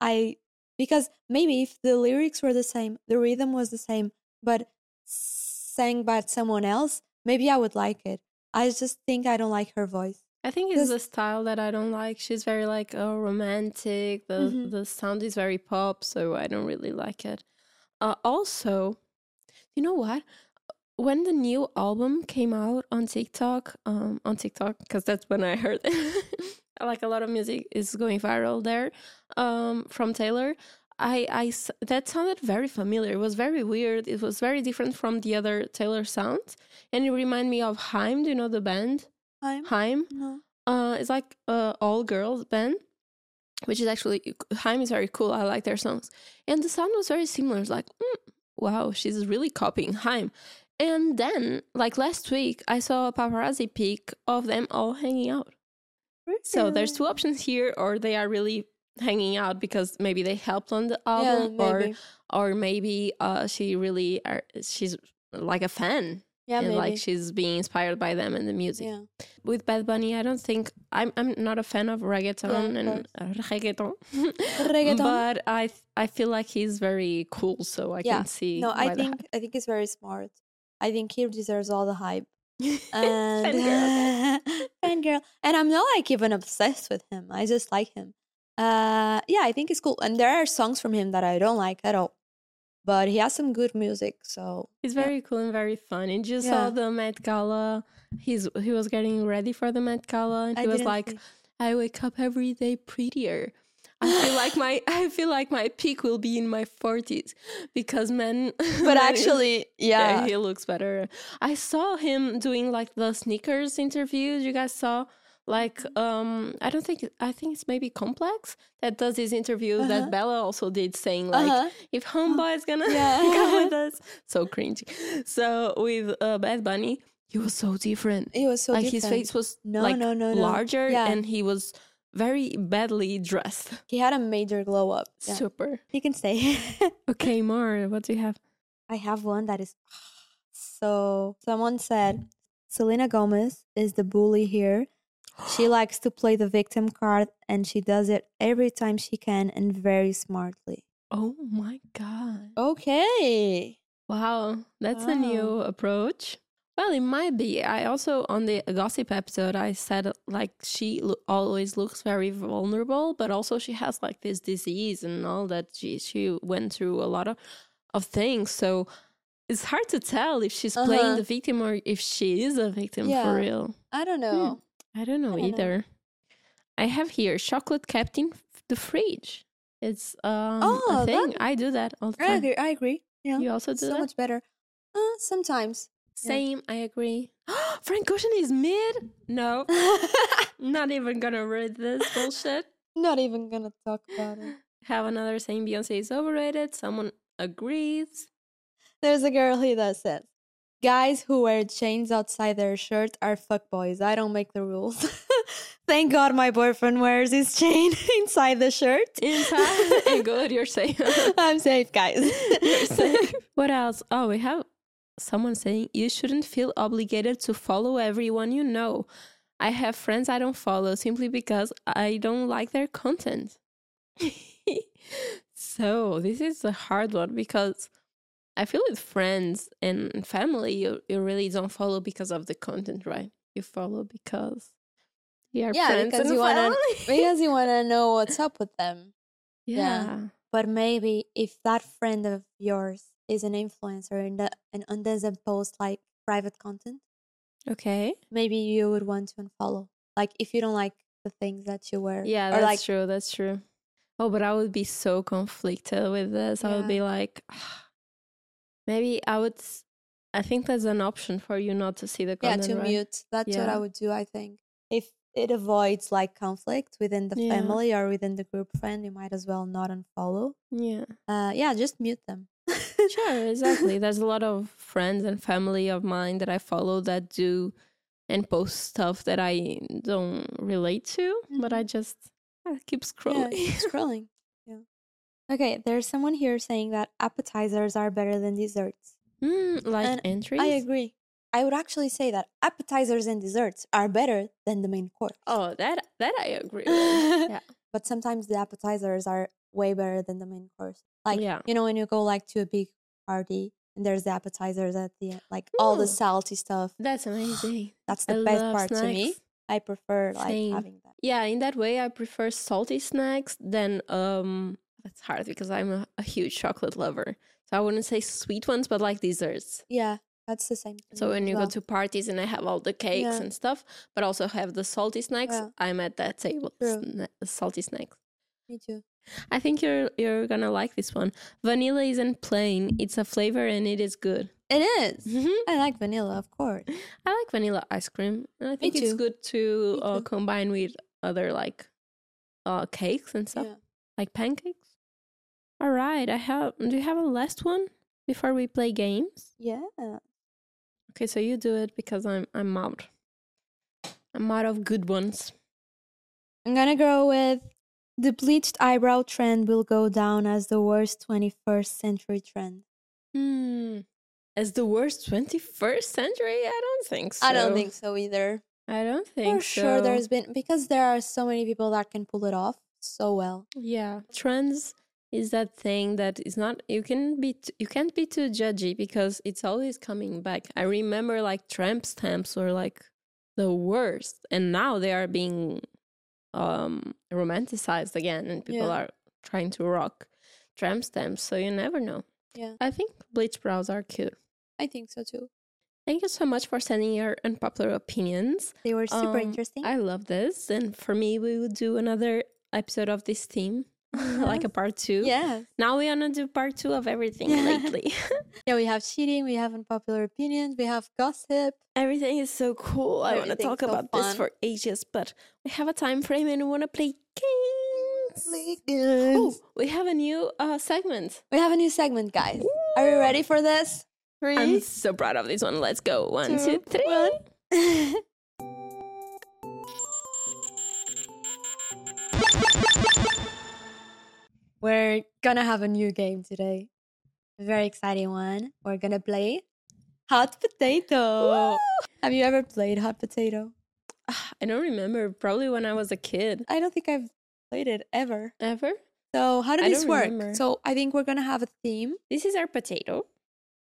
I because maybe if the lyrics were the same, the rhythm was the same, but sang by someone else, maybe I would like it. I just think I don't like her voice. I think it's Does- the style that I don't like. She's very like uh, romantic. The Mhm. the sound is very pop, so I don't really like it. Uh, also, you know what? When the new album came out on TikTok, um, on TikTok, because that's when I heard it. like a lot of music is going viral there um, from Taylor. I, I s- that sounded very familiar. It was very weird. It was very different from the other Taylor sounds, and it reminded me of Haim. Do you know the band I'm Haim? no. uh, it's like uh, all girls band, which is actually Haim is very cool. I like their songs, and the sound was very similar. It's like, mm, wow, she's really copying Haim. And then, like last week, I saw a paparazzi pic of them all hanging out. So there's two options here, or they are really hanging out because maybe they helped on the album, yeah, or maybe. or maybe uh, she really are, she's like a fan yeah, and maybe. like she's being inspired by them and the music yeah. with Bad Bunny, I don't think I'm I'm not a fan of reggaeton Yeah, of and uh, reggaeton. Reggaeton? But I th- I feel like he's very cool, so I Yeah. can see. No, I why the think I think he's very smart. I think he deserves all the hype. hype- uh, and fangirl. And I'm not like even obsessed with him. I just like him. Uh, yeah, I think it's cool. And there are songs from him that I don't like at all, but he has some good music. So he's yeah. very cool and very fun. And you Yeah. saw the Met Gala. He's he was getting ready for the Met Gala, and I he was didn't like, see- "I wake up every day prettier." I feel like my I feel like my peak will be in my forties because men. but men is- actually, Yeah, yeah, he looks better. I saw him doing like the sneakers interviews. You guys saw like um I don't think I think it's maybe Complex that does these interviews Uh-huh. that Bella also did saying like uh-huh. if Homeboy is gonna Yeah. come with us. So cringy. So with uh, Bad Bunny, he was so different. it was so like his different. face was no, like no, no, no, larger Yeah. and he was very badly dressed. He had a major glow up. Yeah. Super. he can stay. Okay, Mar, what do you have? I have one that is so. Someone said Selena Gomez is the bully here. She likes to play the victim card and she does it every time she can and very smartly. Oh my god. Okay. Wow, that's a new approach. Well, it might be. I also on the gossip episode I said like she lo- always looks very vulnerable, but also she has like this disease and all that. She she went through a lot of of things, so it's hard to tell if she's Uh-huh. playing the victim or if she is a victim Yeah. for real. I don't Hmm. know. I don't know I don't know. either. I have here chocolate kept in f- the fridge. It's um, Oh, a thing. that- I do that all the I time. agree. I agree. Yeah. You also do so that. much better. Uh, sometimes. Yeah. Same, I agree. Frank Ocean is mid? No, not even gonna read this bullshit. Not even gonna talk about it. Have another saying Beyonce is overrated. Someone agrees. There's a girl here that says, Guys who wear chains outside their shirt are fuckboys. I don't make the rules. Thank God my boyfriend wears his chain inside the shirt. Inside, good, you're safe. I'm safe, guys. You're safe. what else? Oh, we have someone saying you shouldn't feel obligated to follow everyone you know. I have friends I don't follow simply because I don't like their content. so this is a hard one because I feel with friends and family, you, you really don't follow because of the content, right? You follow because you are Yeah, friends because and you wanna- family. because you want to know what's up with them. yeah. But maybe if that friend of yours is an influencer and, that- and and doesn't post like private content, Okay. maybe you would want to unfollow. Like if you don't like the things that you wear. Yeah, or that's like true. That's true. Oh, but I would be so conflicted with this. I Yeah. would be like, maybe I would. s- I think there's an option for you not to see the yeah content. to right? mute that's what i Yeah. would do i think if it avoids like conflict within the Yeah. family or within the group friend you might as well not unfollow Yeah. uh yeah just mute them Sure, exactly. There's a lot of friends and family of mine that I follow that do and post stuff that I don't relate to, but I just I keep Mm-hmm. yeah, scrolling. keep scrolling yeah okay there's someone here saying that appetizers are better than desserts Mm, like And entries. i agree i would actually say that appetizers and desserts are better than the main course oh, that that I agree with. yeah. But sometimes the appetizers are way better than the main course. Like Yeah. you know when you go like to a big party and there's the appetizers at the end, like all the Mm. salty stuff. That's amazing. That's the I best love part to me. snacks. I prefer like Same. having that. Yeah, in that way, I prefer salty snacks than um. That's hard because I'm a, a huge chocolate lover, so I wouldn't say sweet ones, but like desserts. Yeah, that's the same. for So me when as you well. go to parties and I have all the cakes Yeah. and stuff, but also have the salty snacks, Yeah. I'm at that table. True. Sna- salty snacks. me too. I think you're you're gonna like this one. Vanilla isn't plain; it's a flavor and it is good. It is. Mhm. Mm-hmm. I like vanilla, of course. I like vanilla ice cream, and I think it's too. good to Me uh, too. combine with other like uh, cakes and stuff, Yeah. like pancakes. All right, I have. Do you have a last one before we play games? Yeah. Okay, so you do it because I'm I'm out. I'm out of good ones. I'm gonna go with the bleached eyebrow trend will go down as the worst 21st century trend. Hmm. As the worst 21st century? I don't think so. I don't think so either. I don't think For sure, so. there's been because there are so many people that can pull it off so well. yeah. Trends is that thing that is not you can be t- you can't be too judgy because it's always coming back. I remember like tramp stamps were like the worst and now they are being um romanticized again and people Yeah. are trying to rock tramp stamps so you never know. Yeah. I think bleach brows are cute. I think so too. Thank you so much for sending your unpopular opinions. They were super Um, interesting. I love this. And for me, we will do another episode of this theme, like a part two. yeah, Now we want to do part two of everything Yeah. lately. yeah. We have cheating. We have unpopular opinions. We have gossip. Everything is so cool. I want to Everything's talk so about fun. this for ages, but we have a time frame and we want to play games. Oh, we have a new uh, segment. We have a new segment, guys. Are you ready for this? I'm so proud of this one. Let's go. One, Two, two, three. one. We're gonna have a new game today. A very exciting one. We're gonna play hot potato. Have you ever played hot potato? Oh, I don't remember. Probably when I was a kid. I don't think I've played it ever. Ever? So how I does this don't work? remember. So I think we're gonna have a theme. This is our potato.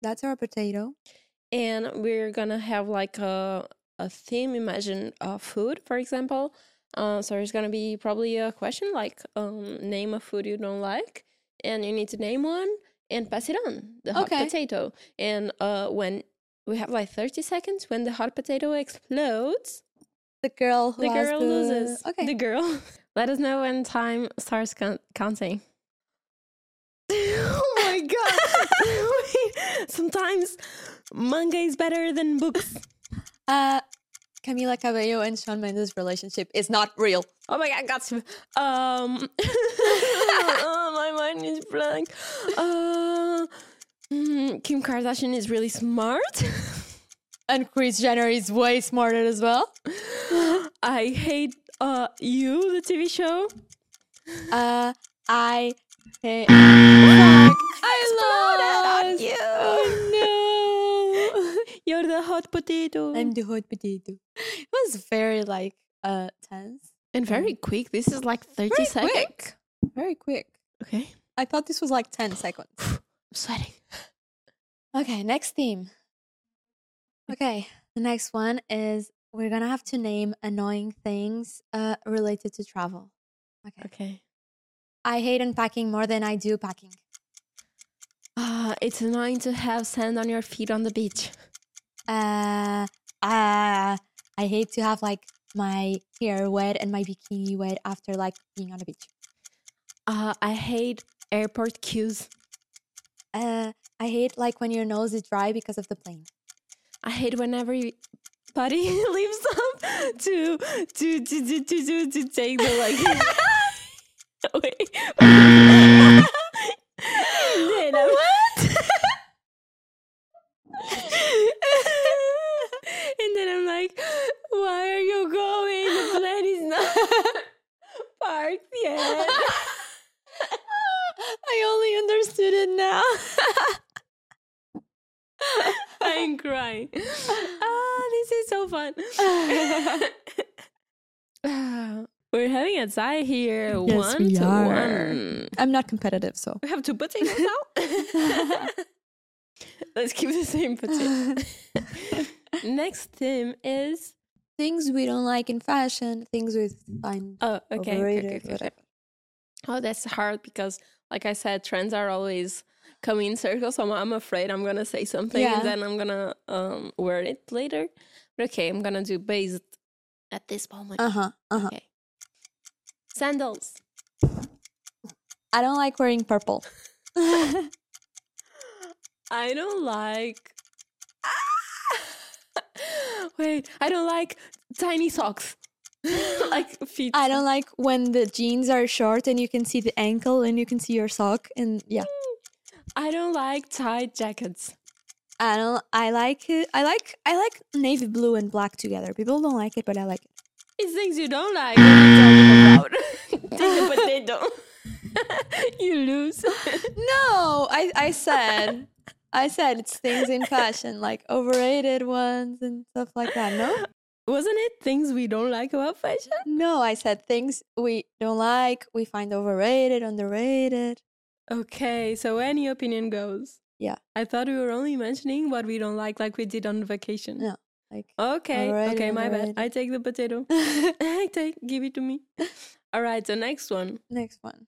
That's our potato. and we're gonna have like a a theme imagine uh, food for example uh, so it's gonna be probably a question like um, name a food you don't like and you need to name one and pass it on the hot Okay. potato and uh, when we have like 30 seconds when the hot potato explodes The girl who the has girl the- loses Okay. the girl let us know when time starts count- counting oh my god sometimes manga is better than books Uh, Camila Cabello and Sean Mendes' relationship is not real. Oh my god, got some- um oh, my mind is blank. Uh, mm, Kim Kardashian is really smart. And Chris Jenner is way smarter as well. I hate uh you, the TV show. Uh, I. eh, fuck, I Exploded on lost. you. Oh You're the hot potato. no! I'm the hot potato. It was very like uh tense, and very quick. This is like 30 Very seconds. quick. very quick. Okay. I thought this was like ten seconds. I'm sweating. Okay, next theme. Okay, the next one is we're gonna have to name annoying things uh, related to travel. Okay. Okay. I hate unpacking more than I do packing. Ah, it's annoying to have sand on your feet on the beach. Uh, uh, I hate to have like my hair wet and my bikini wet after like being on the beach. Uh, I hate airport queues. Uh, I hate like when your nose is dry because of the plane. I hate when everybody leaves up to to to to to to, to take the like. Wait. then I'm- and then I'm like, why are you going? The plane is not parked yet. I only understood it now. I'm crying. Ah, this is so fun. Ah, We're having a tie here. Yes, one we to are. one. I'm not competitive, so. We have two potatoes now. Let's keep the same potato. Next theme is things we don't like in fashion, things we find oh okay, okay, overrated, okay, okay, okay. whatever. Oh, that's hard because, like I said, trends are always coming in circles. So I'm, I'm afraid I'm gonna say something Yeah. and then I'm gonna um wear it later. But okay, I'm gonna do based at this moment. Uh huh. Uh huh. Okay. Sandals. I don't like wearing purple. I don't like. Wait, I don't like tiny socks. like feet. I don't like when the jeans are short and you can see the ankle and you can see your sock and yeah. I don't like tight jackets. I don't. I like it. I like. I like navy blue and black together. People don't like it, but I like it. It's things you don't like. What are you talking about? Take a potato. you lose. No, I. I said. I said it's things in fashion, like overrated ones and stuff like that. No, Wasn't it things we don't like about fashion? no. I said things we don't like, we find overrated, underrated. Okay, so any opinion goes. Yeah. I thought we were only mentioning what we don't like, like we did on vacation. No. Like Okay. Alrighty, okay, my bad. alrighty. I take the potato. I take give it to me. All right, so next one. next one.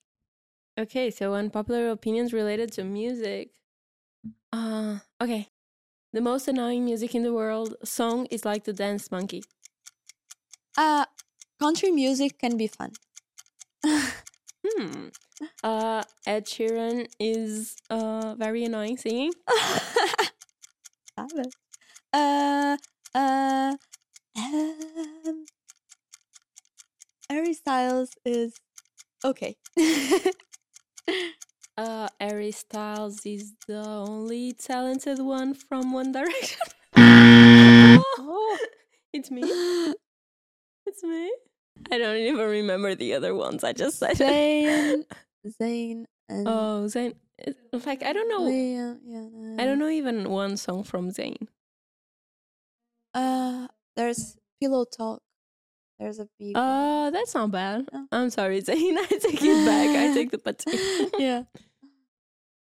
Okay, so unpopular opinions related to music. Uh, okay. The most annoying music in the world song is like the dance monkey. Uh, country music can be fun. Hmm. Uh, Ed Sheeran is uh very annoying singing. Stop it. Uh, uh, um, Harry Styles is okay. Uh, Harry Styles is the only talented one from One Direction. it's me. It's me. I don't even remember the other ones. I just said. Zayn, Zayn, and Oh, Zayn. In fact, I don't know. Liam, yeah, I don't know even one song from Zayn. Uh, there's Pillow Talk. There's a big. Uh, that's not bad. No. I'm sorry, Zayn. I take it back. I take the potato. yeah.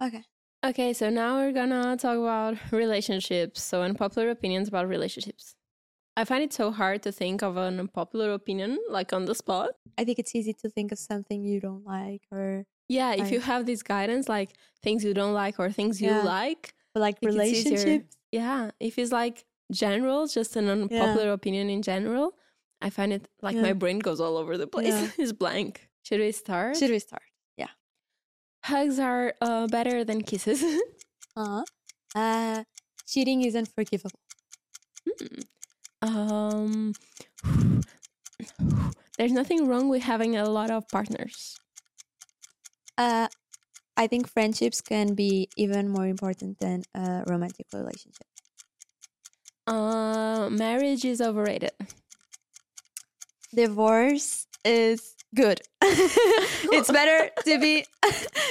Okay. Okay, so now we're gonna talk about relationships. So, unpopular opinions about relationships. I find it so hard to think of an unpopular opinion like on the spot. I think it's easy to think of something you don't like or Yeah, if I- you have this guidance, like things you don't like or things you Yeah. like, but like Like, it's easier. relationships. yeah, if it's like general, just an unpopular opinion in general, I find it like Yeah. my brain goes all over the place. Yeah. it's blank. Should we start? Should we start? Hugs are uh, better than kisses. Uh-huh. Uh, cheating is unforgivable. Hmm. Um, there's nothing wrong with having a lot of partners. Uh, I think friendships can be even more important than a romantic relationship. Uh, marriage is overrated. Divorce is good. it's better to be.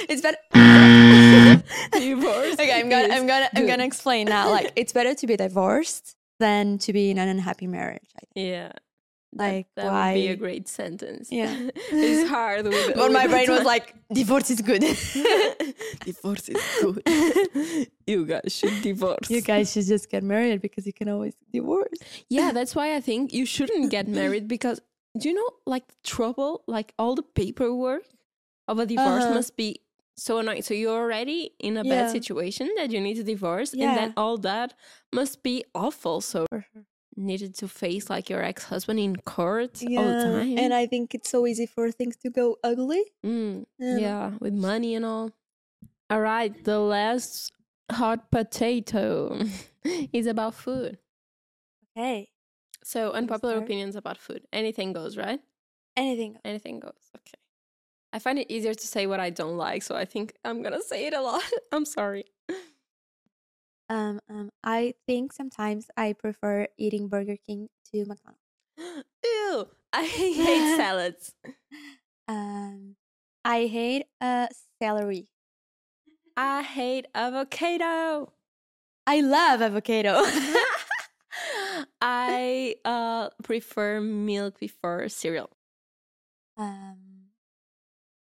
it's better. Divorce. Okay, I'm gonna, is I'm gonna, I'm good. gonna explain now. Like, it's better to be divorced than to be in an unhappy marriage. I think. Yeah. Like, that would be why- a great sentence. Yeah. it's hard. With, But my with- brain was like, divorce is good. divorce is good. you guys should divorce. you guys should just get married because you can always divorce. yeah, that's why I think you shouldn't get married because do you know like the trouble, like all the paperwork of a divorce Uh-huh. must be so annoying. So you're already in a Yeah. bad situation that you need to divorce, and Yeah. then all that must be awful. So For sure. needed to face like your ex husband in court all the time. And I think it's so easy for things to go ugly. Mm. Um, Yeah, with money and all. All right, the last hot potato is about food. Okay. So, unpopular start? opinions about food. Anything goes, right? Anything. Anything goes. Okay. I find it easier to say what I don't like, so I think I'm gonna say it a lot. I'm sorry. Um, um, I think sometimes I prefer eating Burger King to McDonald's. Ew, I hate salads. Um, I hate uh celery. I hate avocado. I love avocado. I uh, prefer milk before cereal. um,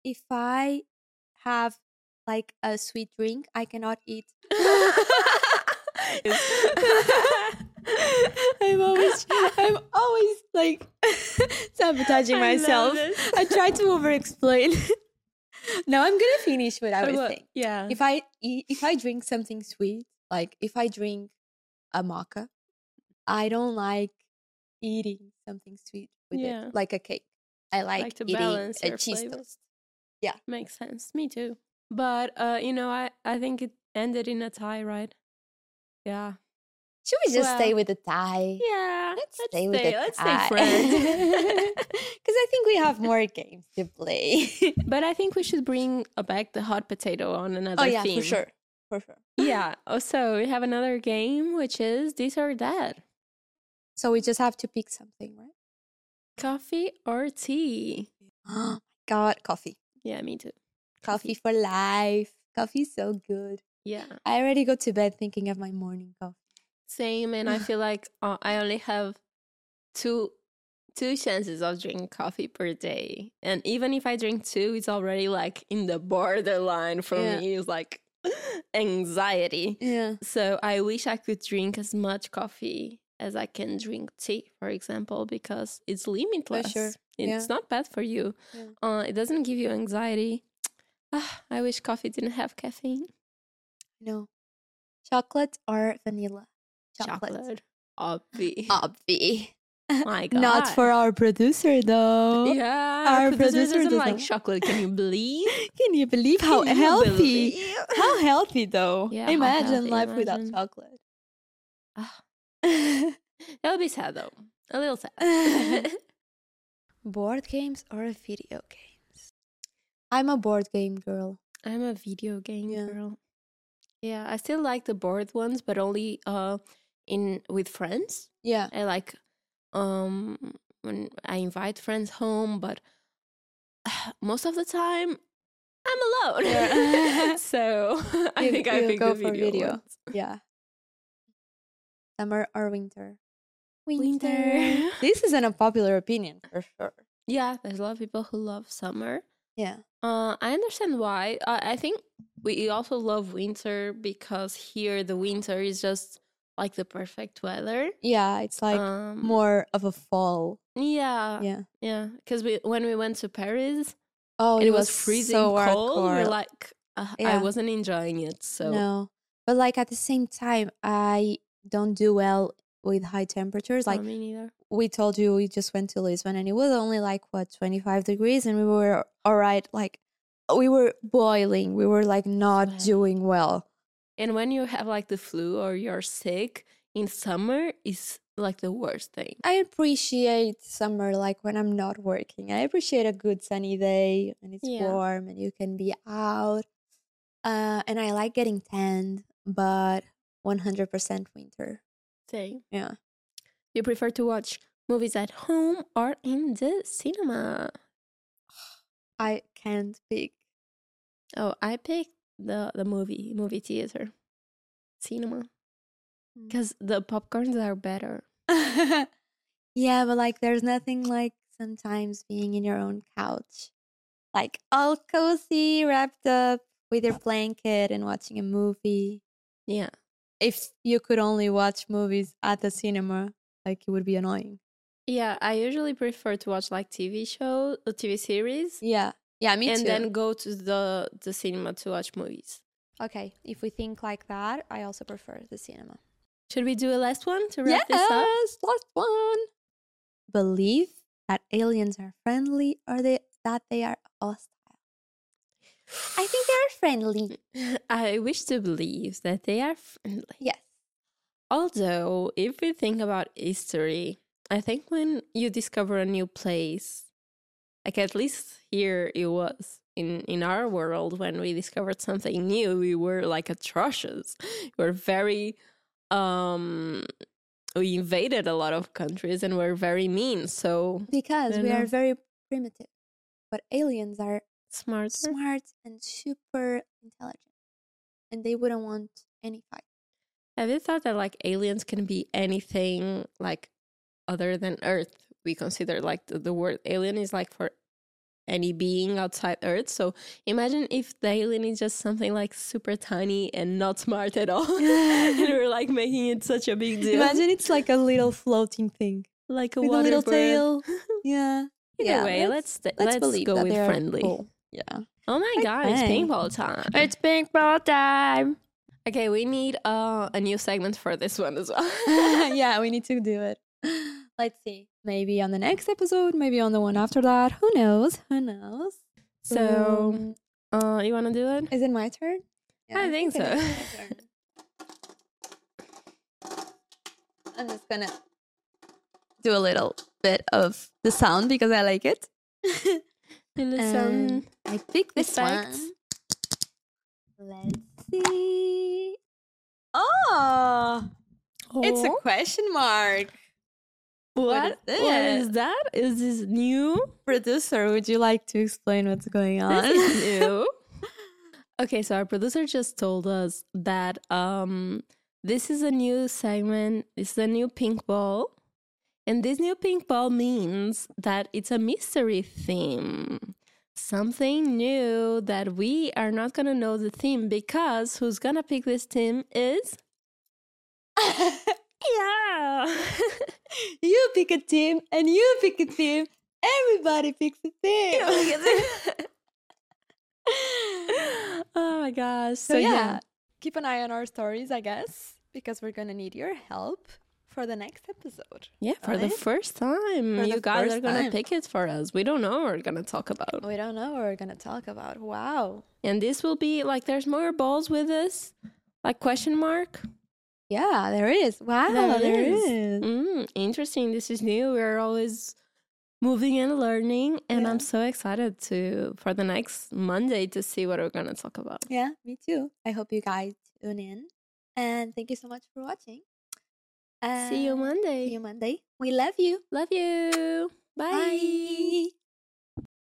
if I have like a sweet drink, I cannot eat. I'm always, I'm always like sabotaging I love myself. this. I try to over-explain. now I'm gonna finish what I was Well, saying. Yeah. if I eat, if I drink something sweet, like if I drink a maca, I don't like eating something sweet with Yeah. it, like a cake. I like, Like to eating balance a your cheese flavors. toast. Yeah. Makes sense. Me too. But uh, you know, I, I think it ended in a tie, right? Yeah. Should we just stay Well, with the Thai? Yeah. Let's stay with the let's tie. stay friends. Because I think we have more games to play. but I think we should bring uh, back the hot potato on another oh yeah, theme. for sure, for sure. Yeah. Also, we have another game which is this or that. So we just have to pick something, right? Coffee or tea? Oh my God, coffee, Yeah, me too. coffee for life. Coffee's so good. Yeah. I already go to bed thinking of my morning coffee. Same, and I feel like uh, I only have two two chances of drinking coffee per day, and even if I drink two, it's already like in the borderline for Yeah. me. It's like anxiety. Yeah. So I wish I could drink as much coffee as I can drink tea, for example, because it's limitless. sure. Yeah. It's not bad for you. Yeah. Uh, it doesn't give you anxiety. Ah, I wish coffee didn't have caffeine. No. Chocolate or vanilla? Chocolate, obvi. Obvi. My God. Uh, Not for our producer though. Yeah, Our our producer producer doesn't does like not- chocolate. Can you believe? Can you believe how Can you healthy? believe? How healthy though. Yeah, how imagine healthy, life without imagine. chocolate. that would be sad though. A little sad. board games or video games? I'm a board game girl. I'm a video game Yeah. girl. Yeah, I still like the board ones, but only uh in with friends. Yeah. I like um when I invite friends home, but most of the time I'm alone. Yeah. so I You- think I you pick go the for video. video. ones. Yeah. Summer or winter? Winter. this is an unpopular opinion for sure. Yeah, there's a lot of people who love summer. Yeah. Uh, I understand why. I, I think we also love winter because here the winter is just like the perfect weather. Yeah, it's like um, uh, more of a fall. Yeah, yeah. yeah. Because we when we went to Paris, Oh, it, was, freezing so cold. We're hardcore. like, uh, Yeah. I wasn't enjoying it. So No, but like at the same time, I don't do well with high temperatures. like Oh, Like me neither. we told you, we just went to Lisbon, and it was only like what twenty five degrees, and we were all right. Like we were boiling. We were like not Sweat. doing well. And when you have like the flu or you're sick in summer, is like the worst thing. I appreciate summer, like when I'm not working. I appreciate a good sunny day and it's Yeah. warm and you can be out. Uh, and I like getting tanned, but 100% winter. Same. Yeah. You prefer to watch movies at home or in the cinema? I can't pick. Oh, I picked the the movie movie theater, cinema, Mm. because the popcorns are better. yeah, but like there's nothing like sometimes being in your own couch, like all cozy, wrapped up with your blanket and watching a movie. Yeah, If you could only watch movies at the cinema, like it would be annoying. yeah. I usually prefer to watch like TV show, uh, TV series, Yeah. Yeah, me and too. then go to the the cinema to watch movies. okay, if we think like that, I also prefer the cinema. Should we do a last one to wrap Yes, this up? last one. Believe that aliens are friendly or they, that they are hostile. I think they are friendly. I wish to believe that they are friendly. Yes. Although, if we think about history, I think when you discover a new place, like at least here it was in in our world when we discovered something new, we were like atrocious. We were very um we invaded a lot of countries and were very mean. So Because I we are know. very primitive. But aliens are smarter. smart and super intelligent. And they wouldn't want any fight. Have you thought that like aliens can be anything like other than Earth? We consider like the, the word alien is like for any being outside Earth. So imagine if the alien is just something like super tiny and not smart at all. and we're like making it such a big deal. it's like a little floating thing like a water bird. Yeah. Either Yeah, way, let's let's, let's, believe go that with they are friendly. cool. Yeah. Oh my god, it's Okay. paintball time. paintball time. okay, we need uh, a new segment for this one as well. yeah, we need to do it. Let's see. Maybe on the next episode, maybe on the one after that. Who knows? Who knows? so, Um, uh, you want to do it? is it my turn? I think it is so. my turn. I'm just gonna do a little bit of the sound because I like it. In the Um, I picked this effects. one. Let's see. Oh, it's a question mark. what? is what it? is that? Is this new? Producer, would you like to explain what's going on? This is new. okay, so our producer just told us that um this is a new segment. This is a new pink ball, and this new pink ball means that it's a mystery theme. Something new that we are not gonna know the theme because who's gonna pick this theme is yeah. you pick a team and you pick a team. Everybody picks a team. oh my gosh. so, yeah. keep an eye on our stories, I guess, because we're gonna need your help for the next episode. Yeah, for the Right? first time. For the you guys are first going to time. pick it for us. We don't know what we're going to talk about. We don't know what we're gonna talk about. Wow. And this will be like there's more balls with us. Like question mark. Yeah, there is. Wow, There there is. is. Mm, interesting. This is new. We're always moving and learning and Yeah. I'm so excited to for the next Monday to see what we're going to talk about. Yeah, me too. I hope you guys tune in, and thank you so much for watching. see you And Monday. See you Monday. We love you. Love you. Bye. Bye.